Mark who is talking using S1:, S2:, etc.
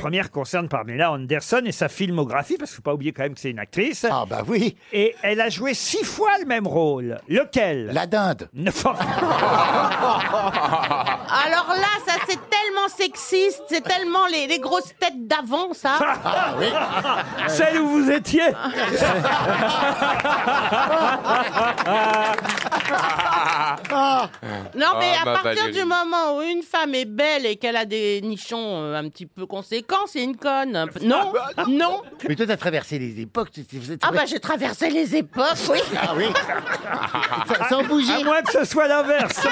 S1: première concerne Pamela Anderson et sa filmographie, parce qu'il ne faut pas oublier quand même que c'est une actrice. Ah bah oui Et elle a joué six fois le même rôle. Lequel La dinde.
S2: Alors là, ça c'est tellement sexiste, c'est tellement les, les grosses têtes d'avant, ça.
S3: Ah oui.
S1: Celle où vous étiez
S2: Non, mais
S3: Ah,
S2: à
S3: bah,
S2: partir
S3: Valérie.
S2: du moment où une femme est belle et qu'elle a des nichons euh, un petit peu conséquents, c'est une conne. P- Non, non.
S4: Mais toi, t'as traversé les époques. tu- tu- vous êtes-
S2: Ah bah j'ai traversé les époques, oui.
S4: Ah oui.
S1: Sans bouger. À moins que ce soit l'inverse.